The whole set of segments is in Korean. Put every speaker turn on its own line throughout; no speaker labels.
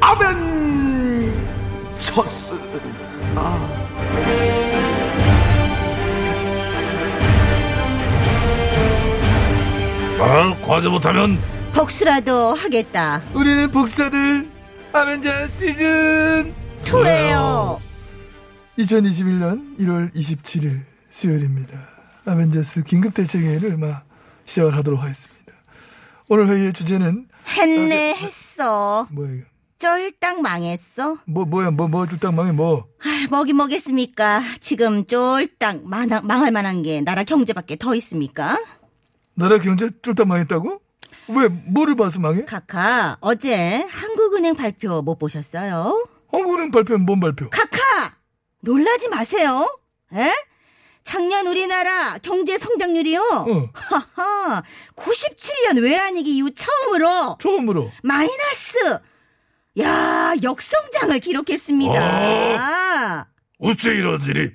아벤처스.
아, 과제 못하면
복수라도 하겠다.
우리는 복사들 아벤져 시즌
투예요.
2021년 1월 27일 수요일입니다. 아벤져스 긴급대책회의를 막 시작을 하도록 하겠습니다. 오늘 회의의 주제는
했네 했어.
뭐야 이거?
쫄딱 망했어.
뭐 뭐야 뭐뭐 줄딱 망해 뭐
아, 뭐기 뭐겠습니까? 지금 쫄딱 망하- 망할 만한 게 나라 경제밖에 더 있습니까?
나라 경제 줄딱 망했다고? 왜 뭐를 봐서 망해?
카카 어제 한국은행 발표 못 보셨어요?
한국은행 발표는 뭔 발표?
카카 놀라지 마세요. 에? 작년 우리나라 경제 성장률이요.
어
하하 97년 외환위기 이후 처음으로
처음으로
마이너스. 야, 역성장을 기록했습니다.
어째 이런 일이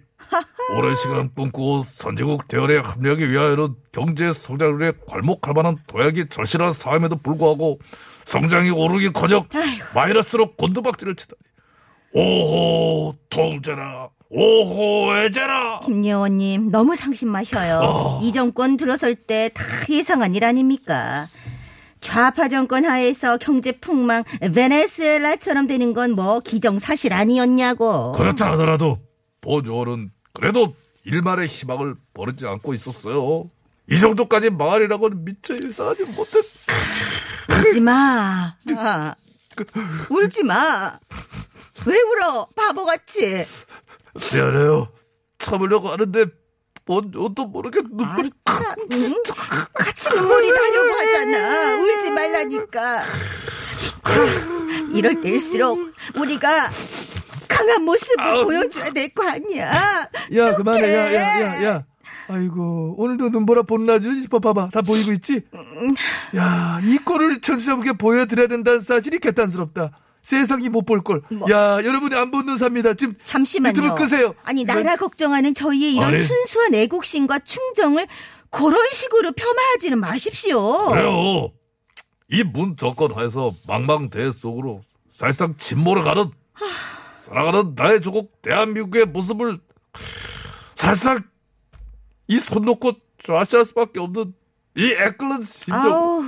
오랜 시간 꿈꾸고 선진국 대열에 합류하기
어,
위하여는 경제 성장률에 괄목할 만한 도약이 절실한 사임에도 불구하고 성장이 오르기커녕
아이고.
마이너스로 곤두박질을 치다니 오호 통제라 오호 해제라 어.
김여원님, 너무 상심 마셔요. 이 정권 들어설 때 다 예상한 일 아닙니까? 좌파 정권 하에서 경제 폭망 베네수엘라처럼 되는 건 뭐 기정사실 아니었냐고.
그렇다 하더라도 보조원은 그래도 일말의 희망을 버리지 않고 있었어요 이 정도까지 망하리라고는 미처 예상하지 못했
울지 마. 아, 울지 마. 왜 울어? 바보같이.
미안해요. 참으려고 하는데 뭔 옷도 모르게
아이,
눈물이
참, 응? 같이 눈물이 나려고 하잖아. 울지 말라니까. 자, 이럴 때일수록 우리가 강한 모습을 보여줘야 될 거 아니야.
야 그만해 야 야 야 야, 아이고 오늘도 눈보라 봄나주 봐봐 다 보이고 있지? 야이 꼴을 청취자분께 보여드려야 된다는 사실이 개탄스럽다 세상이 못 볼 꼴. 야 여러분이 안 본 눈 삽니다 지금
뭐? 잠시만요.
유튜브 끄세요
아니
이건-
나라 걱정하는 저희의 이런
아니.
순수한 애국심과 충정을 그런 식으로 폄하하지는 마십시오.
그래요. 이 문 정권 하에서 망망대해 속으로 살상 침몰을 가는 살아가는 나의 조국 대한민국의 모습을 살상 이 손 놓고 좌시할 수밖에 없는 이 애끓는 심정
아우,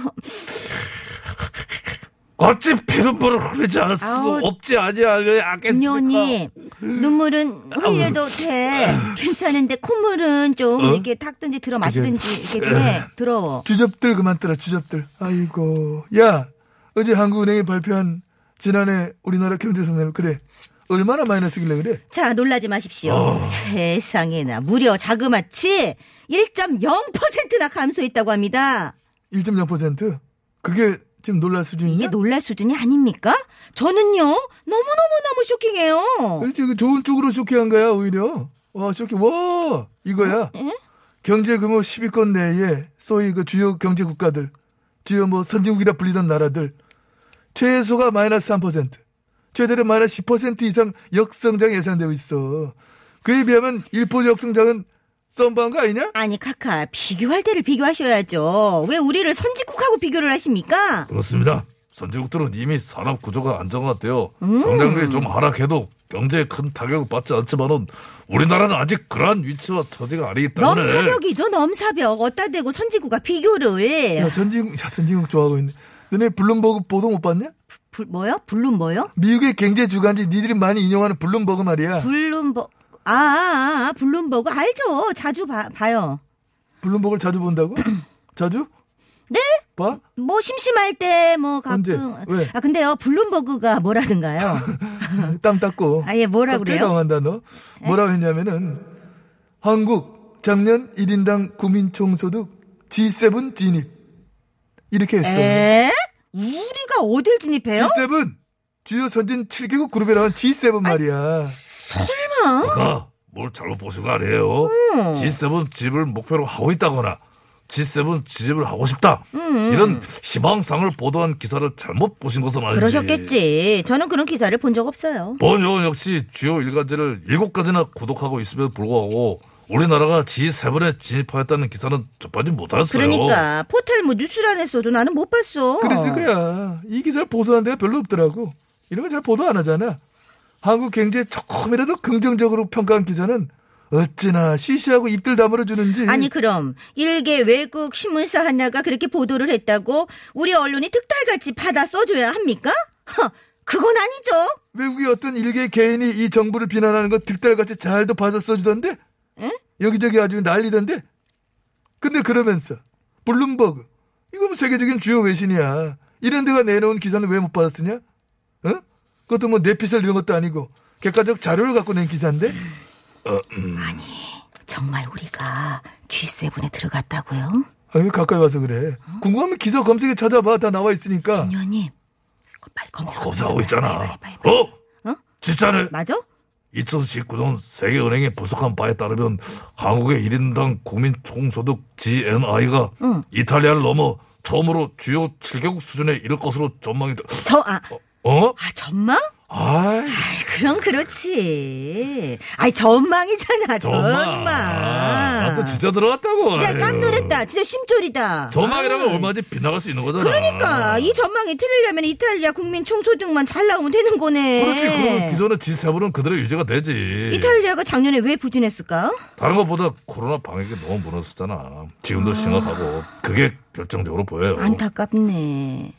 어찌 피눈물을 흘리지 않을 수
아우.
없지 아니하려
김요
하겠습니까?
님 어. 눈물은 흘려도 돼. 괜찮은데 콧물은 좀 이렇게 닦든지 들어 마시든지 이게 좀 해. 더러워.
주접들 그만 뜨라 주접들. 아이고 야 어제 한국은행이 발표한 지난해 우리나라 경제 성장률 그래 얼마나 마이너스길래 그래?
자, 놀라지 마십시오.
어.
세상에나 무려 자그마치 1.0%나 감소했다고 합니다.
1.0% 그게 지금 놀랄
이게
수준이냐?
놀랄 수준이 아닙니까? 저는요, 너무너무너무 쇼킹해요.
그렇지 그 좋은 쪽으로 쇼킹한 거야 오히려. 와 쇼킹 와 이거야. 경제 규모 10위권 내에 소위 그 주요 경제 국가들 주요 뭐 선진국이라 불리던 나라들 최소가 마이너스 3% 최대로 마이너스 10% 이상 역성장 예상되고 있어. 그에 비하면 일본 역성장은 썸바한 거 아니냐?
아니, 카카, 비교할 때를 비교하셔야죠. 왜 우리를 선진국하고 비교를 하십니까?
그렇습니다. 선진국들은 이미 산업 구조가 안정화되어
음.
성장률이 좀 하락해도 경제에 큰 타격을 받지 않지만은 우리나라는 아직 그러한 위치와 처지가 아니기 때문에
넘사벽이죠, 넘사벽. 어따 대고 선진국과
야
비교를.
선진국 야 선진국 좋아하고 있네. 너네 블룸버그 보도 못 봤냐?
불, 뭐요? 블룸 뭐요?
미국의 경제 주간지 니들이 많이 인용하는 블룸버그 말이야.
블룸버, 아, 아, 아, 블룸버그. 알죠. 자주 봐, 봐요.
블룸버그를 자주 본다고? 자주?
네?
봐?
뭐 심심할 때 뭐
언제?
가끔
왜?
아 근데요 블룸버그가 뭐라든가요?
땀 닦고.
아, 예, 뭐라
갑자기
그래요? 예?
당황한다, 너. 뭐라고 했냐면은, 한국 작년 1인당 국민총소득 G7 진입. 이렇게 했어.
에? 우리가 어딜 진입해요?
G7! 주요 선진 7개국 그룹이라는 G7
아,
말이야.
아까 뭘 잘못 보신 거 아니에요?
음.
G7 집을 목표로 하고 있다거나 G7 지집을 하고 싶다 이런
음.
희망상을 보도한 기사를 잘못 보신 것은 아닌지
그러셨겠지. 저는 그런 기사를 본 적 없어요.
번영 역시 주요 일간지를 7가지나 구독하고 있음에도 불구하고 우리나라가 G7에 진입하였다는 기사는 접하지 못하였어요
그러니까 포털 뭐 뉴스란에서도 나는 못 봤어.
그랬을 거야. 이 기사를 보도한 데가 별로 없더라고. 이런 거 잘 보도 안 하잖아. 한국 경제에 조금이라도 긍정적으로 평가한 기사는 어찌나 시시하고 입들 다물어 주는지.
아니 그럼 일개 외국 신문사 하나가 그렇게 보도를 했다고 우리 언론이 특달같이 받아 써줘야 합니까? 허, 그건 아니죠.
외국의 어떤 일개 개인이 이 정부를 비난하는 거 득달같이 잘도 받아 써주던데? 여기저기 아주 난리던데? 근데 그러면서 블룸버그 이건 뭐 세계적인 주요 외신이야. 이런 데가 내놓은 기사는 왜 못 받았으냐? 어? 그것도 뭐 내피셜 이런 것도 아니고 객관적 자료를 갖고 낸 기사인데?
정말 우리가 G7에 들어갔다고요?
아니 왜 가까이 와서 그래? 궁금하면 기사 검색에 찾아봐 다 나와 있으니까.
위원님 빨리 검색.
검사하고 있잖아
해봐,
어? 진짜네
맞아?
2019년 세계은행이 분석한 바에 따르면 한국의 1인당 국민 총소득 GNI가 이탈리아를 넘어 처음으로 주요 7개국 수준에 이를 것으로 전망이다.
저 아,
어?
아 전망?
아이,
그럼 그렇지. 아이 전망이잖아 전망.
아, 나또 진짜 들어갔다고.
야 깜놀했다. 진짜 심졸이다.
전망이라면
아유.
얼마든지 빗나갈 수 있는 거잖아.
그러니까 이 전망이 틀리려면 이탈리아 국민 총소득만 잘 나오면 되는 거네.
그렇지. 그 기존의 G7은 그대로 유지가 되지.
이탈리아가 작년에 왜 부진했을까?
다른 것보다 코로나 방역이 너무 무너졌잖아. 지금도 심각하고 그게 결정적으로 보여요.
안타깝네.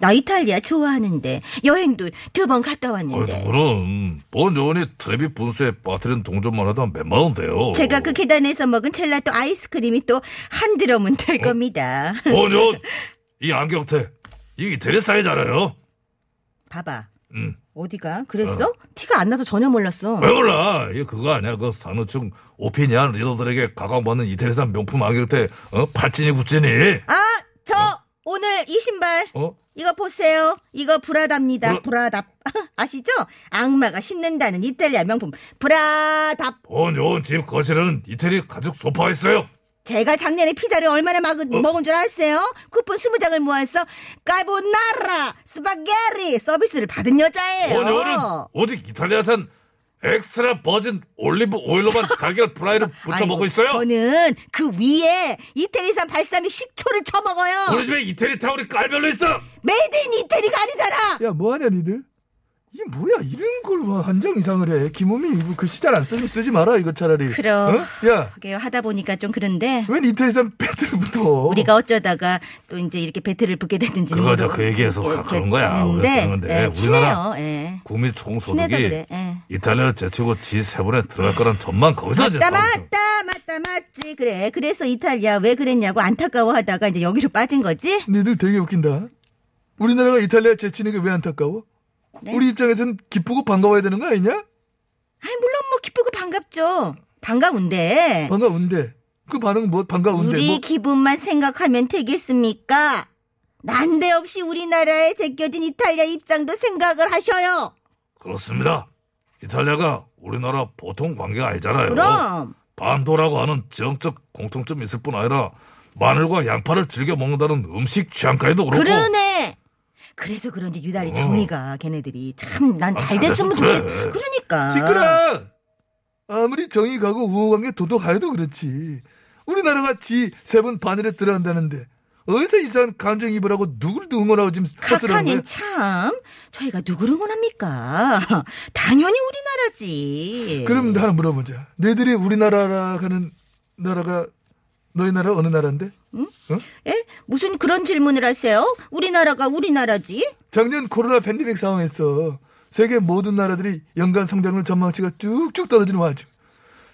나 이탈리아 좋아하는데 여행도 두 번 갔다
어이,
왔는데.
그럼 본 요원이 트레비 분수에 빠뜨린 동전만 해도 한 몇만 원 돼요.
제가 그 계단에서 먹은 젤라또 아이스크림이 또 한 드럼은
어?
될 겁니다.
본 요원 이 안경테 이게 이태리 사이잖아요.
봐봐.
음.
어디가? 그랬어? 티가 안 나서 전혀 몰랐어.
왜 몰라? 이거 그거 아니야. 그 상류층 오피니안 리더들에게 가광받는 이태리산 명품 안경테 어? 팔찌니 굿찌니.
아, 저 오늘 이 신발.
어?
이거 보세요. 이거 브라답니다.
브라-
브라답. 아시죠? 악마가 신는다는 이탈리아 명품 브라답.
본 요원 집 거실에는 이태리 가죽 소파 있어요.
제가 작년에 피자를 얼마나
어?
막은- 먹은 줄 아세요? 쿠폰 20장을 모아서 까보나라, 스파게리 서비스를 받은
본 요원은
여자예요.
오직 이탈리아산 엑스트라 버진 올리브 오일로만 달걀 프라이를 부쳐 먹고
아이고,
있어요.
저는 그 위에 이태리산 발사믹 식초를 쳐먹어요.
우리 집에 이태리 타월이 깔별로 있어.
메이드 인 이태리가 아니잖아.
야 뭐하냐 니들? 이게 뭐야 이런 걸 한정 이상을 해. 김우미 이거 글씨 잘 안 쓰, 쓰지 마라 이거 차라리.
그럼.
어? 야,
그게요, 하다 보니까 좀 그런데
웬 이태리산 팬들을 붙어?
우리가 어쩌다가 또 이제 이렇게 배틀을 붙게 됐는지
그거 저그 얘기해서 확 그런 거야. 우리가 그런 건데 우리나라
예.
국민 총소득이
친해서 그래, 예.
이탈리아를 제치고 G7에 들어갈 거란 전망 거기서 이제
맞다
나오죠.
맞다 맞다 맞지 그래 그래서 이탈리아 왜 그랬냐고 안타까워하다가 이제 여기로 빠진 거지
니들 되게 웃긴다. 우리나라가 이탈리아 제치는 게 왜 안타까워?
네?
우리 입장에선 기쁘고 반가워야 되는 거 아니냐?
아이 물론 뭐 기쁘고 반갑죠 반가운데
반가운데. 그 반응 뭐 반가운데.
우리
뭐
기분만 생각하면 되겠습니까 난데없이 우리나라에 제껴진 이탈리아 입장도 생각을 하셔요
그렇습니다. 이탈리아가 우리나라 보통 관계가 아니잖아요.
그럼.
어, 반도라고 하는 지형적 공통점이 있을 뿐 아니라 마늘과 양파를 즐겨 먹는다는 음식 취향까지도 그렇고
그러네 그래서 그런지 유달리
어.
정의가 걔네들이 참 난
아,
잘 됐으면
잘했어.
좋겠
그래.
그러니까
시끄러. 아무리 정이 가고 우호관계 도덕하여도 그렇지. 우리나라가 지세분 바늘에 들어간다는데 어디서 이상한 감정입을 하고 누굴 응원하고 지금 퍼스라는 거야?
카카는 참 저희가 누구를 원합니까? 당연히 우리나라지.
그럼 나 하나 물어보자. 너희들이 우리나라라 하는 나라가 너희 나라 어느 나라인데?
에? 예? 무슨 그런 질문을 하세요? 우리나라가 우리나라지?
작년 코로나 팬데믹 상황에서 세계 모든 나라들이 연간 성장률 전망치가 쭉쭉 떨어지는 와중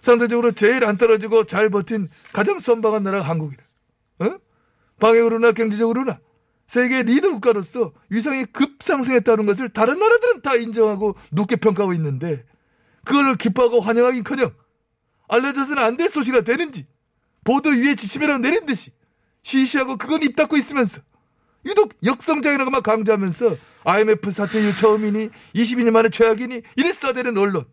상대적으로 제일 안 떨어지고 잘 버틴 가장 선방한 나라가 한국이라. 어? 방역으로나 경제적으로나 세계 리더 국가로서 위상이 급상승했다는 것을 다른 나라들은 다 인정하고 높게 평가하고 있는데 그걸 기뻐하고 환영하긴커녕 알려져서는 안 될 소식이라 되는지 보도 위에 지침이라 내린 듯이 시시하고 그건 입 닫고 있으면서 유독 역성장이라고만 강조하면서 IMF 사태 이후 처음이니 22년 만에 최악이니 이래 써대는 언론.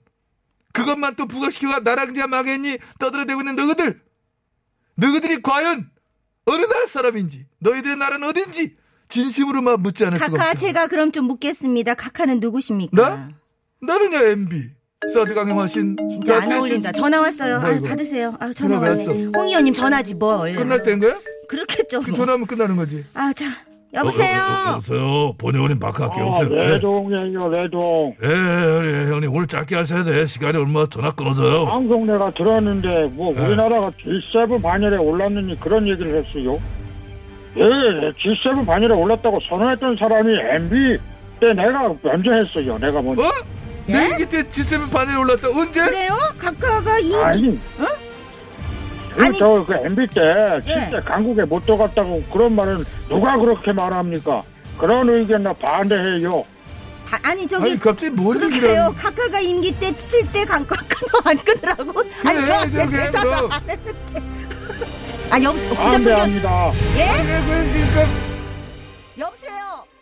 그것만 또 부각시켜가 나랑자 망했니 떠들어대고 있는 너희들. 너희들이 과연 어느 나라 사람인지 너희들의 나라는 어딘지 진심으로만 묻지 않을 수가
카카
없죠.
제가 그럼 좀 묻겠습니다. 카카는 누구십니까?
나? 나는요 MB. 사드 강림하신
진짜 안
자세신- 뭐
어울린다. 전화 왔어요. 아,
아이고.
받으세요. 아, 전화
전화 왜
왔네.
왔어?
홍 의원님 전화지 뭘.
끝날 때인 거야?
그렇겠죠. 뭐.
그 전화하면 끝나는 거지.
아, 자. 여보세요.
어,
어,
여보세요. 본의원님 박학기
아,
여보세요. 예.
레종이에요, 레종.
예, 예, 예, 형님 오늘 짧게 하셔야 돼. 시간이 얼마 전화 끊어져요.
방송 내가 들었는데, 뭐, 우리나라가 G7 반열에 올랐느니 그런 얘기를 했어요. 예, G7 반열에 올랐다고 선언했던 사람이 MB 때 내가 먼저 했어요, 내가 뭐. 먼저.
어?
네?
내 얘기 때 G7 반에 올랐다. 언제?
그래요? 카카가 인기
아니.
어?
그,
아니.
저, 그, MB 때, 진짜
예.
강국에 못 들어갔다고 그런 말은 누가 그렇게 말합니까? 그런 의견 나 반대해요.
아, 아니 저기
아니 갑자기 뭔 얘기를
그렇게요.
하는
카카가 임기 때 칠 때 강권 끊어 안 끊으라고. 아니 저
그래, 그래, 그럼.
아 여보 기자 끊겨.
반대합니다.
예?
거야? 그러니까
여보세요.